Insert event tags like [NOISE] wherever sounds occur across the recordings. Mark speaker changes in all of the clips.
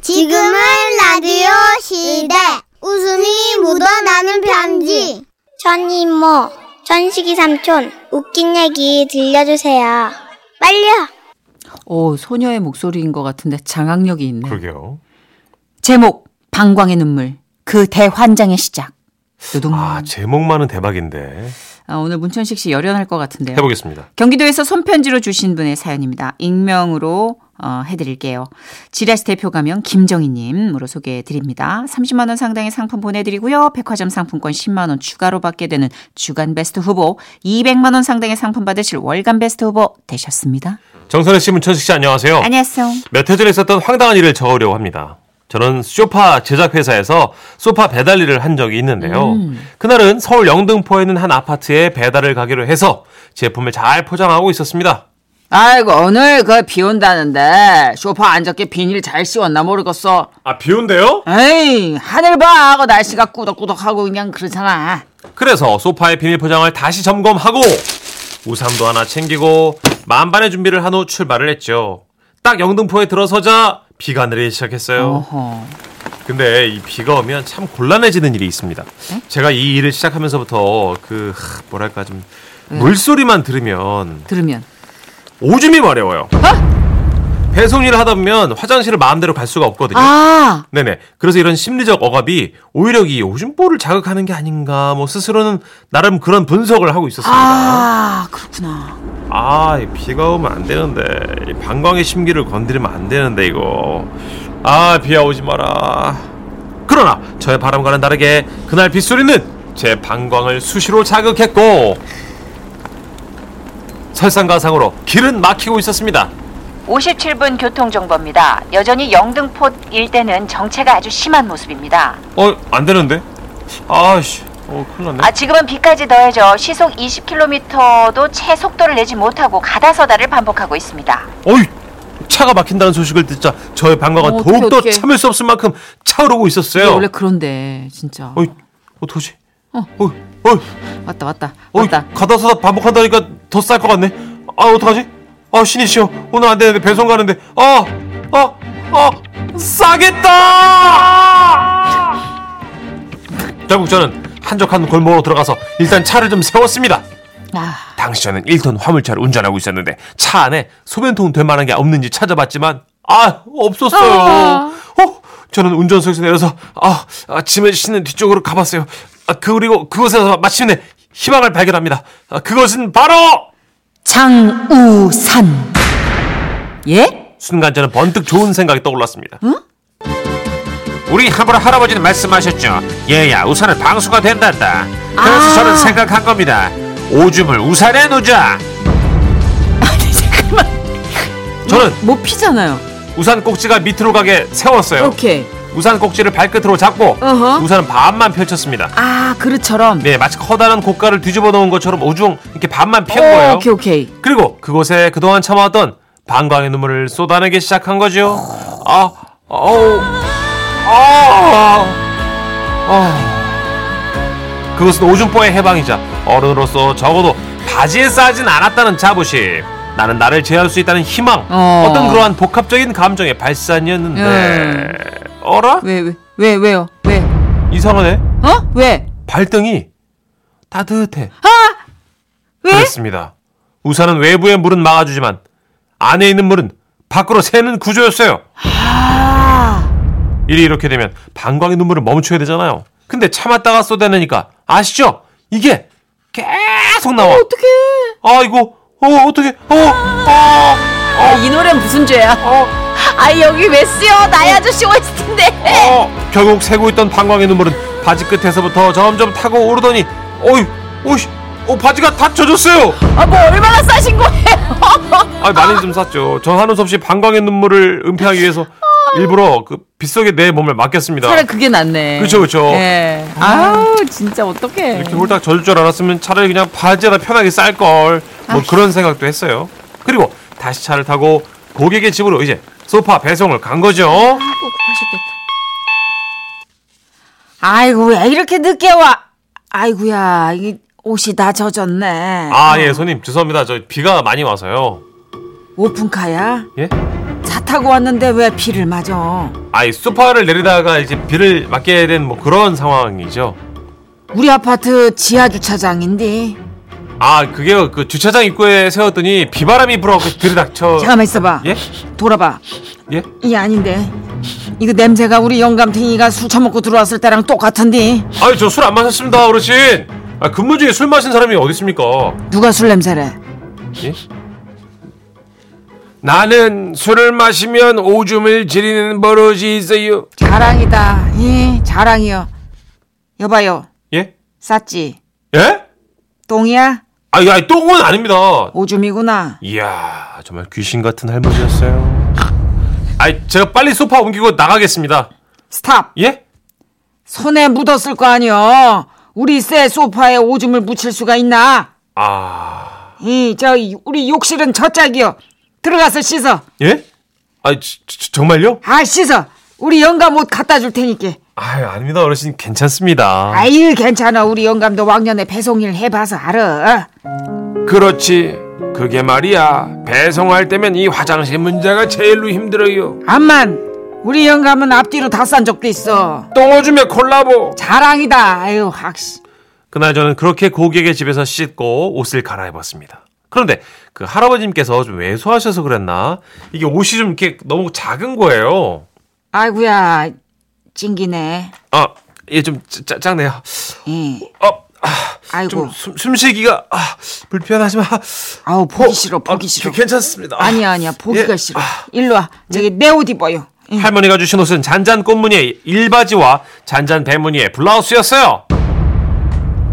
Speaker 1: 지금은 라디오 시대. 웃음이 묻어나는 편지.
Speaker 2: 전 이모, 뭐, 전식이 삼촌, 웃긴 얘기 들려주세요. 빨려!
Speaker 3: 오, 소녀의 목소리인 것 같은데 장악력이 있네.
Speaker 4: 그러게요.
Speaker 3: 제목 방광의 눈물 그 대환장의 시작. 두둥.
Speaker 4: 아
Speaker 3: 아,
Speaker 4: 제목만은 대박인데
Speaker 3: 오늘 문천식 씨 열연할 것
Speaker 4: 네.
Speaker 3: 같은데요.
Speaker 4: 해보겠습니다.
Speaker 3: 경기도에서 손편지로 주신 분의 사연입니다. 익명으로 어, 해드릴게요. 지라시 대표 가명 김정희님으로 소개해드립니다. 30만 원 상당의 상품 보내드리고요. 백화점 상품권 10만 원 추가로 받게 되는 주간 베스트 후보, 200만 원 상당의 상품 받으실 월간 베스트 후보 되셨습니다.
Speaker 4: 정선혜 씨, 문천식 씨 안녕하세요.
Speaker 3: 안녕하세요.
Speaker 4: 몇 해 전에 있었던 황당한 일을 적으려고 합니다. 저는 소파 제작회사에서 소파 배달 일을 한 적이 있는데요. 그날은 서울 영등포에 있는 한 아파트에 배달을 가기로 해서 제품을 잘 포장하고 있었습니다.
Speaker 3: 아이고 오늘 그 비 온다는데 소파 안잡게 비닐 잘 씌웠나 모르겠어.
Speaker 4: 아, 비 온대요?
Speaker 3: 에이 하늘 봐 하고 날씨가 꾸덕꾸덕하고 그냥 그렇잖아.
Speaker 4: 그래서 소파의 비닐 포장을 다시 점검하고 우산도 하나 챙기고 만반의 준비를 한 후 출발을 했죠. 딱 영등포에 들어서자 비가 내리기 시작했어요.
Speaker 3: 어허.
Speaker 4: 근데 이 비가 오면 참 곤란해지는 일이 있습니다. 제가 이 일을 시작하면서부터 그 하, 뭐랄까 좀 물소리만 들으면
Speaker 3: 들으면
Speaker 4: 오줌이 마려워요. 배송 일을 하다 보면 화장실을 마음대로 갈 수가 없거든요.
Speaker 3: 아
Speaker 4: 네네. 그래서 이런 심리적 억압이 오히려 이 오줌볼을 자극하는 게 아닌가, 뭐 스스로는 나름 그런 분석을 하고 있었습니다.
Speaker 3: 아,
Speaker 4: 아,
Speaker 3: 그렇구나.
Speaker 4: 이 비가 오면 안 되는데, 이 방광의 심기를 건드리면 안 되는데 이거. 아, 비야 오지 마라. 그러나 저의 바람과는 다르게 그날 빗소리는 제 방광을 수시로 자극했고 설상가상으로 길은 막히고 있었습니다.
Speaker 5: 57분 교통정보입니다. 여전히 영등포 일대는 정체가 아주 심한 모습입니다.
Speaker 4: 어, 안 되는데? 아씨, 어, 큰일 났네.
Speaker 5: 아, 지금은 비까지 더해져 시속 20km도 채 속도를 내지 못하고 가다서다를 반복하고 있습니다.
Speaker 4: 어이 차가 막힌다는 소식을 듣자 저의 방광은
Speaker 3: 어, 어떡해,
Speaker 4: 더욱더
Speaker 3: 어떡해. 네,
Speaker 4: 참을 수 없을 만큼 차오르고 있었어요.
Speaker 3: 원래 그런데 진짜.
Speaker 4: 어이 어떡하지?
Speaker 3: 어.
Speaker 4: 어. 어이 어이
Speaker 3: 왔다 왔다
Speaker 4: 어이
Speaker 3: 왔다.
Speaker 4: 가다서다 반복한다니까 더 쌀 것 같네. 아 어떡하지? 아 신이시여 오늘 안 되는데 배송 가는데 아아아 아, 싸겠다. [LAUGHS] 결국 저는 한적한 골목으로 들어가서 일단 차를 좀 세웠습니다.
Speaker 3: 아
Speaker 4: 당시 저는 1톤 화물차를 운전하고 있었는데 차 안에 소변통 될 만한 게 없는지 찾아봤지만 아 없었어요.
Speaker 3: 아.
Speaker 4: 어? 저는 운전석에서 내려서 아, 아 짐을 싣는 뒤쪽으로 가봤어요. 아 그리고 그곳에서 마침내 희망을 발견합니다. 아, 그것은 바로
Speaker 3: 장우산. 예?
Speaker 4: 순간 저는 번뜩 좋은 생각이 떠올랐습니다.
Speaker 6: 우리 하버 할아버지는 말씀하셨죠. 얘야 우산은 방수가 된단다. 그래서
Speaker 3: 아.
Speaker 6: 저는 생각한 겁니다. 오줌을 우산에 놓자.
Speaker 4: 저는
Speaker 3: 못뭐 피잖아요.
Speaker 4: 우산 꼭지가 밑으로 가게 세웠어요.
Speaker 3: 오케이.
Speaker 4: 우산 꼭지를 발끝으로 잡고
Speaker 3: 어허.
Speaker 4: 우산은 반만 펼쳤습니다.
Speaker 3: 아 그릇처럼.
Speaker 4: 네, 마치 커다란 고가를 뒤집어 놓은 것처럼 오중 이렇게 반만 편 거예요.
Speaker 3: 오, 오케이 오케이.
Speaker 4: 그리고 그곳에 그동안 참아왔던 방광의 눈물을 쏟아내기 시작한 거죠. 아, 어우, 아, 아. 그것은 오줌보의 해방이자 어른으로서 적어도 바지에 싸진 않았다는 자부심. 나는 나를 제어할 수 있다는 희망.
Speaker 3: 어.
Speaker 4: 어. 떤 그러한 복합적인 감정의 발산이었는데.
Speaker 3: 예.
Speaker 4: 어라?
Speaker 3: 왜 왜 왜, 왜, 요 왜?
Speaker 4: 이상하네.
Speaker 3: 어? 왜?
Speaker 4: 발등이 따뜻해.
Speaker 3: 왜?
Speaker 4: 그렇습니다. 우산은 외부의 물은 막아주지만 안에 있는 물은 밖으로 새는 구조였어요. 일이 이렇게 되면 방광의 눈물을 멈춰야 되잖아요. 근데 참았다가 쏟아내니까 아시죠? 이게 계속 나와.
Speaker 3: 어떻게?
Speaker 4: 아 이거 어 어떻게 어 아.
Speaker 3: 이 노래 무슨 죄야?
Speaker 5: 아, 여기 왜 쓰여? 나의 아저씨 OST인데.
Speaker 4: 어, 결국 새고 있던 방광의 눈물은 바지 끝에서부터 점점 타고 오르더니 어이 오이 어 바지가 다 젖었어요.
Speaker 5: 아, 뭐 얼마나 싸신 거예요?
Speaker 4: [LAUGHS] 아 많이 좀 샀죠. 전 한우섭 씨 방광의 눈물을 은폐하기 위해서 일부러 그 빗속에 내 몸을 맡겼습니다.
Speaker 3: 차라리 그게 낫네.
Speaker 4: 그쵸, 그쵸.
Speaker 3: 예. 아우 진짜 어떡해.
Speaker 4: 이렇게 홀딱 젖을 줄 알았으면 차라리 그냥 바지에다 편하게 쌀 걸.
Speaker 3: 아.
Speaker 4: 뭐 그런 생각도 했어요. 그리고 다시 차를 타고 고객의 집으로 이제 소파 배송을 간 거죠.
Speaker 3: 아이고 왜 이렇게 늦게 와? 아이고야 이 옷이 다 젖었네.
Speaker 4: 아 예 손님 죄송합니다. 저 비가 많이 와서요.
Speaker 3: 오픈카야?
Speaker 4: 예?
Speaker 3: 차 타고 왔는데 왜 비를 맞아?
Speaker 4: 아이 소파를 내리다가 이제 비를 맞게 된 뭐 그런 상황이죠.
Speaker 3: 우리 아파트 지하 주차장인데.
Speaker 4: 아 그게 그 주차장 입구에 세웠더니 비바람이 불어갖고 들이닥쳐.
Speaker 3: 잠깐만 있어봐.
Speaker 4: 예?
Speaker 3: 돌아봐.
Speaker 4: 예?
Speaker 3: 이게 아닌데. 이거 냄새가 우리 영감탱이가 술 처먹고 들어왔을 때랑 똑같은데.
Speaker 4: 아유 저 술 안 마셨습니다 어르신. 아, 근무 중에 술 마신 사람이 어디 있습니까?
Speaker 3: 누가 술 냄새래?
Speaker 4: 예?
Speaker 7: 나는 술을 마시면 오줌을 지리는 버릇이 있어요.
Speaker 3: 자랑이다. 예, 자랑이요. 여봐요.
Speaker 4: 예?
Speaker 3: 쌌지?
Speaker 4: 예?
Speaker 3: 똥이야?
Speaker 4: 아이 아이 똥은 아닙니다.
Speaker 3: 오줌이구나.
Speaker 4: 이야 정말 귀신 같은 할머니였어요. 아이 제가 빨리 소파 옮기고 나가겠습니다.
Speaker 3: 스탑.
Speaker 4: 예?
Speaker 3: 손에 묻었을 거 아니여. 우리 새 소파에 오줌을 묻힐 수가 있나?
Speaker 4: 아
Speaker 3: 이, 저, 이, 우리 욕실은 저짝이요. 들어가서 씻어.
Speaker 4: 예? 아이 저- 저- 정말요?
Speaker 3: 아, 씻어. 우리 영감 옷 갖다 줄 테니까.
Speaker 4: 아유 아닙니다 어르신 괜찮습니다.
Speaker 3: 아유, 괜찮아. 우리 영감도 왕년에 배송일 해봐서 알아.
Speaker 7: 그렇지. 그게 말이야. 배송할 때면 이 화장실 문제가 제일로 힘들어요.
Speaker 3: 암만, 우리 영감은 앞뒤로 다 싼 적도 있어.
Speaker 7: 똥오줌의 콜라보.
Speaker 3: 자랑이다. 아유, 확시.
Speaker 4: 그날 저는 그렇게 고객의 집에서 씻고 옷을 갈아입었습니다. 그런데 그 할아버님께서 좀 왜소하셔서 그랬나? 이게 옷이 좀 이렇게 너무 작은 거예요.
Speaker 3: 아이구야, 찡기네.
Speaker 4: 아, 예, 좀 짜, 작네요.
Speaker 3: 예.
Speaker 4: 어, 아,
Speaker 3: 아이고,
Speaker 4: 좀 숨, 숨쉬기가 아, 불편하지만 아,
Speaker 3: 아우, 보기 싫어, 보기
Speaker 4: 아,
Speaker 3: 싫어.
Speaker 4: 괜찮습니다. 아,
Speaker 3: 아니야, 아니야, 보기가
Speaker 4: 예.
Speaker 3: 싫어.
Speaker 4: 아,
Speaker 3: 일로 와. 저기 내 옷 입어요. 응.
Speaker 4: 할머니가 주신 옷은 잔잔 꽃무늬의 일바지와 잔잔 대무늬의 블라우스였어요.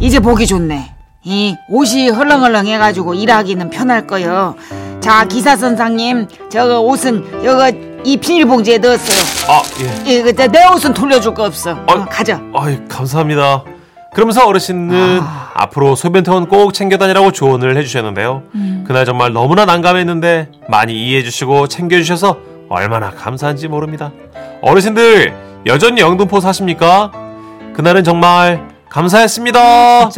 Speaker 3: 이제 보기 좋네. 이 옷이 헐렁헐렁 해가지고 일하기는 편할 거요. 자 기사선상님, 저거 옷은 여거 이 비닐봉지에 넣었어요.
Speaker 4: 아, 예.
Speaker 3: 이거 그, 내- 내 옷은 돌려줄 거 없어. 어,
Speaker 4: 아유.
Speaker 3: 가져.
Speaker 4: 아이, 감사합니다. 그러면서 어르신은
Speaker 8: 아.
Speaker 4: 앞으로 소변통은 꼭 챙겨 다니라고 조언을 해주셨는데요.
Speaker 8: 음.
Speaker 4: 그날 정말 너무나 난감했는데 많이 이해해주시고 챙겨주셔서 얼마나 감사한지 모릅니다. 어르신들 여전히 영등포 사십니까? 그날은 정말 감사했습니다.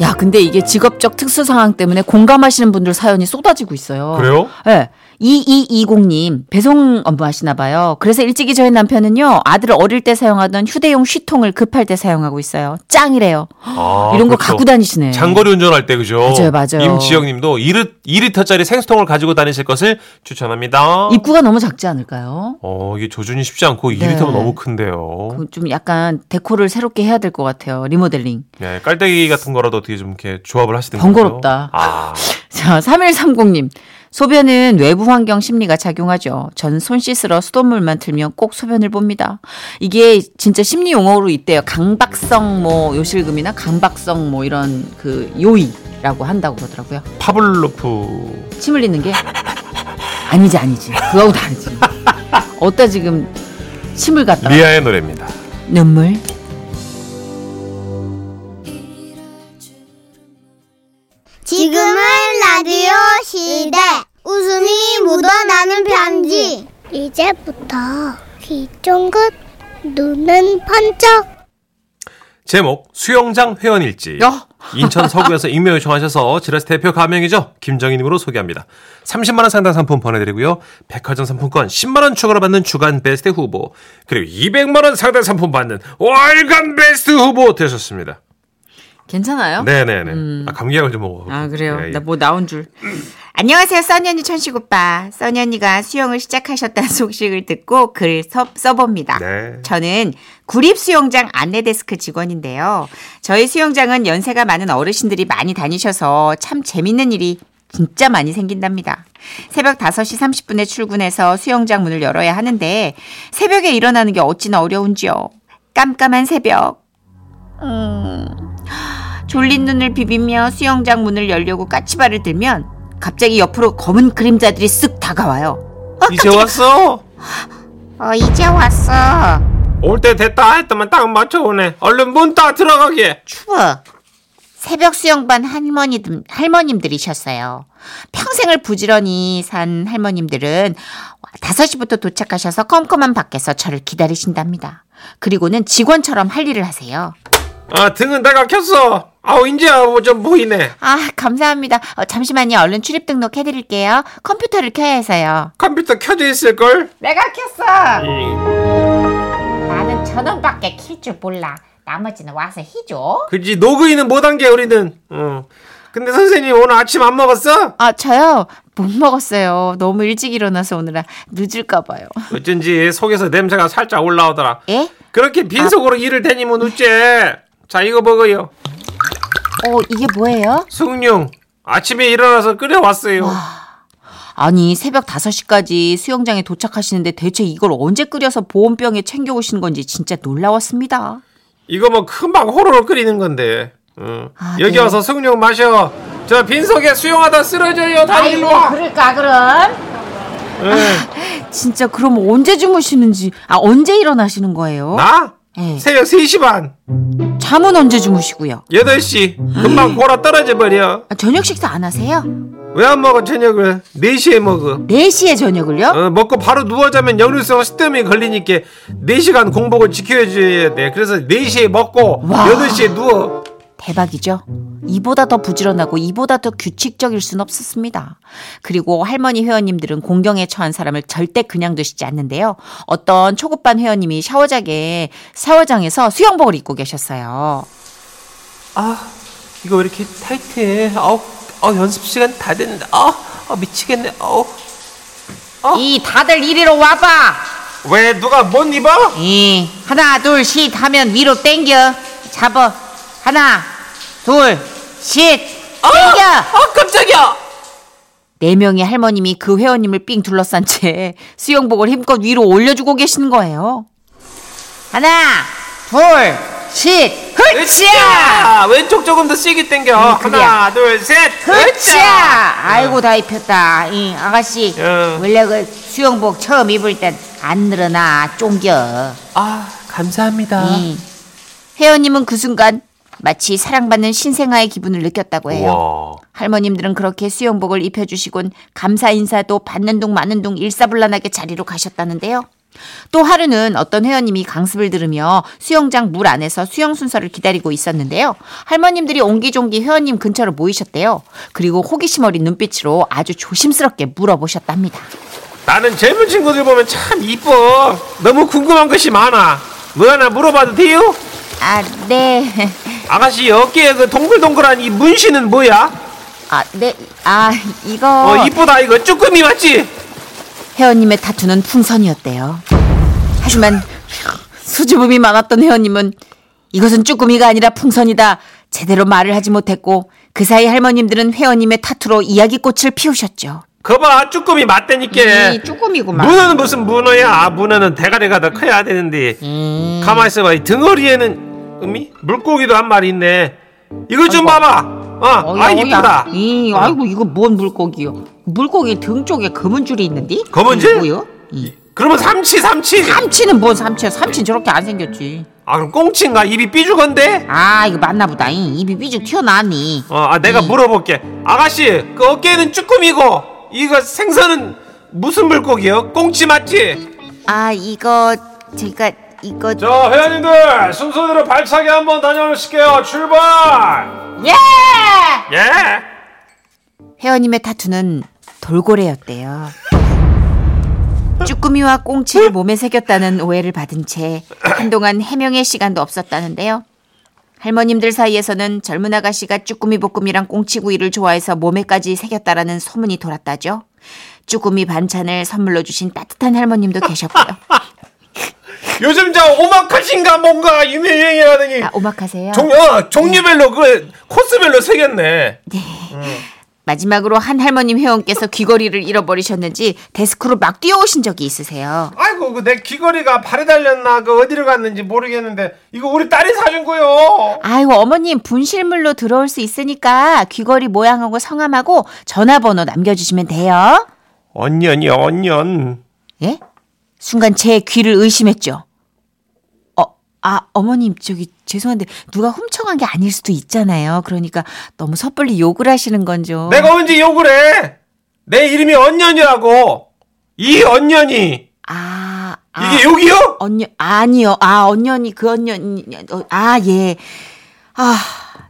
Speaker 8: 야, 근데 이게 직업적 특수 상황 때문에 공감하시는 분들 사연이 쏟아지고 있어요.
Speaker 4: 그래요?
Speaker 8: 예. 2220님, 배송 업무 하시나 봐요. 그래서 일찍이 저희 남편은요, 아들 어릴 때 사용하던 휴대용 쉬통을 급할 때 사용하고 있어요. 짱이래요.
Speaker 4: 아,
Speaker 8: 이런 거
Speaker 4: 그렇죠.
Speaker 8: 갖고 다니시네.
Speaker 4: 장거리 운전할 때 그죠?
Speaker 8: 맞아요, 맞아요.
Speaker 4: 임지영님도 2리터짜리 생수통을 가지고 다니실 것을 추천합니다.
Speaker 8: 입구가 너무 작지 않을까요?
Speaker 4: 어 이게 조준이 쉽지 않고 2리터면 너무 큰데요.
Speaker 8: 네. 그좀 약간 데코를 새롭게 해야 될 것 같아요. 리모델링.
Speaker 4: 네, 깔때기 같은 거라도 어떻게 좀 이렇게 조합을 하시든가.
Speaker 8: 번거롭다.
Speaker 4: 아,
Speaker 8: 자, 3130님. 소변은 외부 환경 심리가 작용하죠. 전 손 씻으러 수돗물만 틀면 꼭 소변을 봅니다. 이게 진짜 심리 용어로 있대요. 강박성 뭐 요실금이나 강박성 뭐 이런 그 요의라고 한다고 그러더라고요.
Speaker 4: 파블로프.
Speaker 8: 침 흘리는 게 아니지 아니지. 그거하고 다르지. 어따 지금 침을 갖다
Speaker 4: 리아의 노래입니다.
Speaker 8: 눈물
Speaker 1: 지금은 라디오 시대. 웃음이 묻어나는 편지.
Speaker 9: 이제부터 귀 쫑긋 눈은 번쩍
Speaker 4: 제목 수영장 회원일지.
Speaker 8: 야.
Speaker 4: 인천 서구에서 익명 요청하셔서 지라스 대표 가명이죠. 김정희님으로 소개합니다. 30만 원 상당 상품 보내드리고요. 백화점 상품권 10만 원 추가로 받는 주간 베스트 후보 그리고 200만 원 상당 상품 받는 월간 베스트 후보 되셨습니다.
Speaker 8: 괜찮아요?
Speaker 4: 네네네. 아, 감기약을 좀 먹어.
Speaker 8: 어? 음. 아 그래요?
Speaker 4: 예, 예.
Speaker 8: 나 뭐 나온 줄.
Speaker 10: 안녕하세요, 써니 언니 천식 오빠. 써니 언니가
Speaker 8: [LAUGHS]
Speaker 10: 수영을 시작하셨다는 소식을 듣고 글 써, 써봅니다.
Speaker 4: 네.
Speaker 10: 저는 구립수영장 안내데스크 직원인데요. 저희 수영장은 연세가 많은 어르신들이 많이 다니셔서 참 재밌는 일이 진짜 많이 생긴답니다. 새벽 5시 30분에 출근해서 수영장 문을 열어야 하는데 새벽에 일어나는 게 어찌나 어려운지요. 깜깜한 새벽. 음, 졸린 눈을 비비며 수영장 문을 열려고 까치발을 들면 갑자기 옆으로 검은 그림자들이 쓱 다가와요.
Speaker 8: 아,
Speaker 4: 이제 왔어.
Speaker 10: 어, 이제 왔어.
Speaker 7: 올 때 됐다 했더만 딱 맞춰오네. 얼른 문 다 들어가게.
Speaker 10: 추워. 새벽 수영반 할머니들, 할머님들이셨어요. 평생을 부지런히 산 할머님들은 5시부터 도착하셔서 컴컴한 밖에서 저를 기다리신답니다. 그리고는 직원처럼 할 일을 하세요.
Speaker 7: 아 등은 내가 켰어.
Speaker 4: 아우 이제야 뭐 좀 보이네.
Speaker 10: 아, 감사합니다. 어, 잠시만요. 얼른 출입 등록 해드릴게요. 컴퓨터를 켜야 해서요.
Speaker 4: 컴퓨터 켜져 있을 걸.
Speaker 10: 내가 켰어! 나는 천 원밖에 킬 줄 몰라. 나머지는 와서 희줘.
Speaker 4: 그지 노그인은 못한 게 우리는. 어. 근데 선생님 오늘 아침 안 먹었어?
Speaker 10: 아, 저요? 못 먹었어요. 너무 일찍 일어나서 오느라 늦을까봐요.
Speaker 4: 어쩐지 속에서 냄새가 살짝 올라오더라.
Speaker 10: 예?
Speaker 4: 그렇게 빈속으로 이를 대니면 우째. 자 이거 먹어요.
Speaker 10: 어, 이게 뭐예요?
Speaker 4: 숭늉 아침에 일어나서 끓여왔어요.
Speaker 10: 아니, 새벽 5시까지 수영장에 도착하시는데 대체 이걸 언제 끓여서 보온병에 챙겨오시는 건지 진짜 놀라웠습니다.
Speaker 4: 이거 뭐 금방 호로로 끓이는 건데. 응.
Speaker 10: 아,
Speaker 4: 여기
Speaker 10: 네.
Speaker 4: 와서 숭늉 마셔. 저 빈속에 수영하다 쓰러져요. 다들 일로 와.
Speaker 10: 그럴까, 그럼? 아, 진짜 그럼 언제 주무시는지, 아, 언제 일어나시는 거예요?
Speaker 4: 나?
Speaker 10: 예.
Speaker 4: 새벽 3시 반,
Speaker 10: 잠은 언제 주무시고요?
Speaker 4: 8시. 금방 보라 떨어져 버려.
Speaker 10: 아, 저녁 식사 안 하세요?
Speaker 4: 왜 안 먹어, 저녁을? 4시에 먹어.
Speaker 10: 4시에 저녁을요?
Speaker 4: 어, 먹고 바로 누워자면 역류성 식도염이 걸리니까 4시간 공복을 지켜줘야 돼. 그래서 4시에 먹고
Speaker 10: 와.
Speaker 4: 8시에 누워.
Speaker 10: 대박이죠. 이보다 더 부지런하고 이보다 더 규칙적일 순 없었습니다. 그리고 할머니 회원님들은 공경에 처한 사람을 절대 그냥 두시지 않는데요. 어떤 초급반 회원님이 샤워장에 샤워장에서 수영복을 입고 계셨어요.
Speaker 11: 아, 이거 왜 이렇게 타이트해? 아우, 아우 연습 시간 다 됐는데, 아, 아 미치겠네. 아우.
Speaker 10: 이 다들 이리로 와봐.
Speaker 4: 왜 누가 못 입어?
Speaker 10: 이 하나 둘 셋 하면 위로 땡겨 잡어 하나 둘 셋
Speaker 4: 어.
Speaker 10: 땡겨.
Speaker 11: 아, 깜짝이야.
Speaker 10: 네 명의 할머님이 그 회원님을 삥 둘러싼 채 수영복을 힘껏 위로 올려주고 계시는 거예요. 하나, 둘, 셋, 흐치야! 음,
Speaker 11: 으쌰! 왼쪽 조금 더 세게 당겨. 하나, 둘, 셋.
Speaker 10: 흐치야! 아이고 다 입혔다. 이 아가씨
Speaker 11: 어.
Speaker 10: 원래 그 수영복 처음 입을 땐 안 늘어나 쫑겨.
Speaker 11: 아, 감사합니다.
Speaker 10: 이. 회원님은 그 순간 마치 사랑받는 신생아의 기분을 느꼈다고 해요.
Speaker 11: 와.
Speaker 10: 할머님들은 그렇게 수영복을 입혀주시곤 감사 인사도 받는 둥 마는 둥 일사불란하게 자리로 가셨다는데요. 또 하루는 어떤 회원님이 강습을 들으며 수영장 물 안에서 수영 순서를 기다리고 있었는데요. 할머님들이 옹기종기 회원님 근처로 모이셨대요. 그리고 호기심 어린 눈빛으로 아주 조심스럽게 물어보셨답니다.
Speaker 4: 나는 젊은 친구들 보면 참 이뻐. 너무 궁금한 것이 많아. 뭐 하나 물어봐도 돼요?
Speaker 10: 아, 네. [LAUGHS]
Speaker 4: 아가씨 어깨에 그 동글동글한 이 문신은 뭐야?
Speaker 10: 아, 네. 아, 이거.
Speaker 4: 어 이쁘다 이거 쭈꾸미 맞지?
Speaker 10: 회원님의 타투는 풍선이었대요. 하지만 수줍음이 많았던 회원님은 이것은 쭈꾸미가 아니라 풍선이다. 제대로 말을 하지 못했고 그 사이 할머님들은 회원님의 타투로 이야기꽃을 피우셨죠.
Speaker 4: 거봐 쭈꾸미 맞다니까
Speaker 10: 쭈꾸미구만.
Speaker 4: 문어는 무슨 문어야 아, 문어는 대가리가 더 커야 되는데 가만 있어봐 이 등어리에는 음이 물고기도 한 마리 있네 이거 좀 봐봐 어, 아 이쁘다
Speaker 10: 이, 아이고 이거 뭔 물고기요? 물고기 등 쪽에 검은 줄이 있는데?
Speaker 4: 검은 줄?
Speaker 10: 이게 뭐요? 이.
Speaker 4: 그러면 삼치 삼치
Speaker 10: 삼치는 뭔 삼치야? 삼치 저렇게 안 생겼지.
Speaker 4: 아 그럼 꽁치인가 입이 삐죽건데
Speaker 10: 아 이거 맞나 보다. 이, 입이 삐죽 튀어나왔니?
Speaker 4: 어, 아 내가 물어볼게 아가씨 그 어깨는 쭈꾸미고 이거 생선은 무슨 물고기요 꽁치 맞지
Speaker 10: 아 이거 제가 이거
Speaker 11: 자, 회원님들 순서대로 발차기 한번 다녀오실게요. 출발.
Speaker 4: 예
Speaker 10: 회원님의 타투는 돌고래였대요. 쭈꾸미와 꽁치를 몸에 새겼다는 오해를 받은 채 한동안 해명의 시간도 없었다는데요. 할머님들 사이에서는 젊은 아가씨가 쭈꾸미 볶음이랑 꽁치구이를 좋아해서 몸에까지 새겼다라는 소문이 돌았다죠. 쭈꾸미 반찬을 선물로 주신 따뜻한 할머님도 계셨고요.
Speaker 4: 요즘 저 오마카신가 뭔가 유명하더니
Speaker 10: 아, 오마카세요.
Speaker 4: 종, 어, 종류별로 그 코스별로 새겼네.
Speaker 10: 마지막으로 한 할머님 회원께서 귀걸이를 잃어버리셨는지 데스크로 막 뛰어오신 적이 있으세요.
Speaker 4: 아이고 그 내 귀걸이가 발에 달렸나 그 어디로 갔는지 모르겠는데 이거 우리 딸이 사준 거요.
Speaker 10: 아이고 어머님 분실물로 들어올 수 있으니까 귀걸이 모양하고 성함하고 전화번호 남겨주시면 돼요.
Speaker 4: 언년이 언년.
Speaker 10: 예? 순간 제 귀를 의심했죠. 어, 아 어머님 저기 죄송한데 누가 훔쳐간 게 아닐 수도 있잖아요. 그러니까 너무 섣불리 욕을 하시는 건 좀.
Speaker 4: 어. 내가 언제 욕을 해? 내 이름이 언년이라고. 이 언년이
Speaker 10: 아, 아
Speaker 4: 이게 욕이요?
Speaker 10: 언니 아니요. 아 언년이 그 언년이 어, 아 예. 아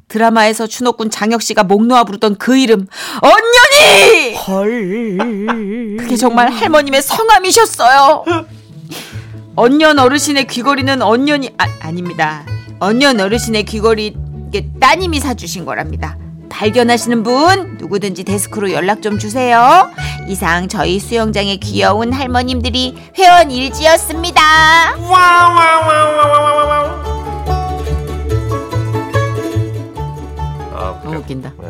Speaker 10: 드라마에서 추노꾼 장혁 씨가 목 놓아 부르던 그 이름 언년이 헐 그게 정말 할머님의 성함이셨어요. 언년 어르신의 귀걸이는 언년이 아, 아닙니다. 언년 어르신의 귀걸이 이게 따님이 사주신 거랍니다. 발견하시는 분 누구든지 데스크로 연락 좀 주세요. 이상 저희 수영장의 귀여운 할머님들이 회원 일지였습니다.
Speaker 4: 아,
Speaker 10: 너무 어, 웃긴다.
Speaker 4: 네.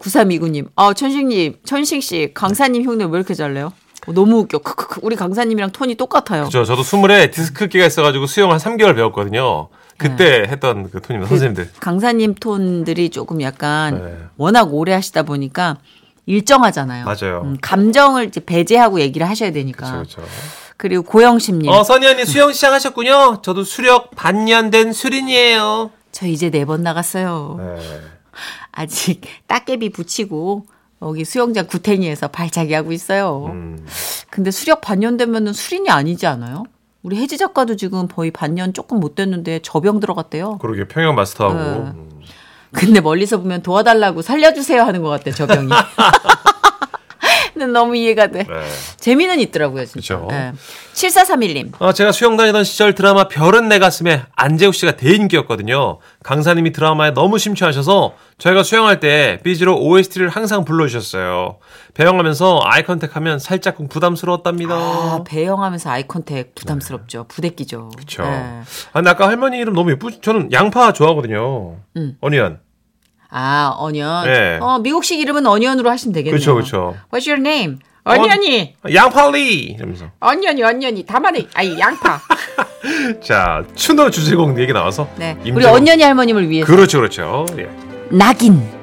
Speaker 10: 9329님, 아 천식님, 천식 씨, 강사님 흉내 왜 이렇게 잘래요? 어, 너무 웃겨. 크크크. 우리 강사님이랑 톤이 똑같아요.
Speaker 4: 저 저도 스물에 디스크 끼가 있어가지고 수영 한 3개월 배웠거든요. 그때 했던 그 토님 선생님들.
Speaker 10: 강사님 톤들이 조금 약간
Speaker 4: 네.
Speaker 10: 워낙 오래 하시다 보니까 일정하잖아요. 음,
Speaker 4: 맞아요.
Speaker 10: 감정을 이제 배제하고 얘기를 하셔야 되니까.
Speaker 4: 그렇죠.
Speaker 10: 그리고 고영심님,
Speaker 6: 어, 선희 언니 수영 시작하셨군요. 저도 수력 반년 된 수린이에요.
Speaker 10: 저 이제 네 번 나갔어요.
Speaker 4: 네.
Speaker 10: 아직 따개비 붙이고 여기 수영장 구탱이에서 발차기 하고 있어요.
Speaker 4: 음.
Speaker 10: 근데 수력 반년 되면은 수린이 아니지 않아요? 우리 혜지 작가도 지금 거의 반년 조금 못 됐는데 저병 들어갔대요.
Speaker 4: 그러게 평양 마스터하고.
Speaker 10: 네.
Speaker 4: 음.
Speaker 10: 근데 멀리서 보면 도와달라고 살려주세요 하는 것 같아
Speaker 4: [LAUGHS]
Speaker 10: 저병이. 근데 너무 이해가 돼.
Speaker 4: 네.
Speaker 10: 재미는 있더라고요 진짜.
Speaker 4: 그쵸.
Speaker 10: 네. 7431님.
Speaker 6: 어, 제가 수영 다니던 시절 드라마 별은 내 가슴에 안재욱 씨가 대인기였거든요. 강사님이 드라마에 너무 심취하셔서 저희가 수영할 때 삐지로 OST를 항상 불러주셨어요. 배영하면서 아이컨택하면 살짝 부담스러웠답니다.
Speaker 4: 어.
Speaker 10: 아 배영하면서 아이컨택 부담스럽죠. 부대끼죠.
Speaker 4: 네. 그쵸.
Speaker 10: 네.
Speaker 4: 아, 근데 아까 할머니 이름 너무 예쁘. 저는 양파 좋아하거든요.
Speaker 10: 음.
Speaker 4: 어니언.
Speaker 10: 아 어니언.
Speaker 4: 네.
Speaker 10: 어 미국식 이름은 어니언으로 하시면 되겠네요.
Speaker 4: 그렇죠, 그렇죠.
Speaker 10: What's your name? 언니언니.
Speaker 4: 양파리 이러면서.
Speaker 10: 언니언니 언니언니 담아내. 아니 양파.
Speaker 4: 자, 춘노 주제곡 얘기 나와서.
Speaker 10: 네. 우리
Speaker 4: 임정은-
Speaker 10: 언니언니 할머님을 위해서.
Speaker 4: 그렇죠, 그렇죠. 예.
Speaker 10: 낙인.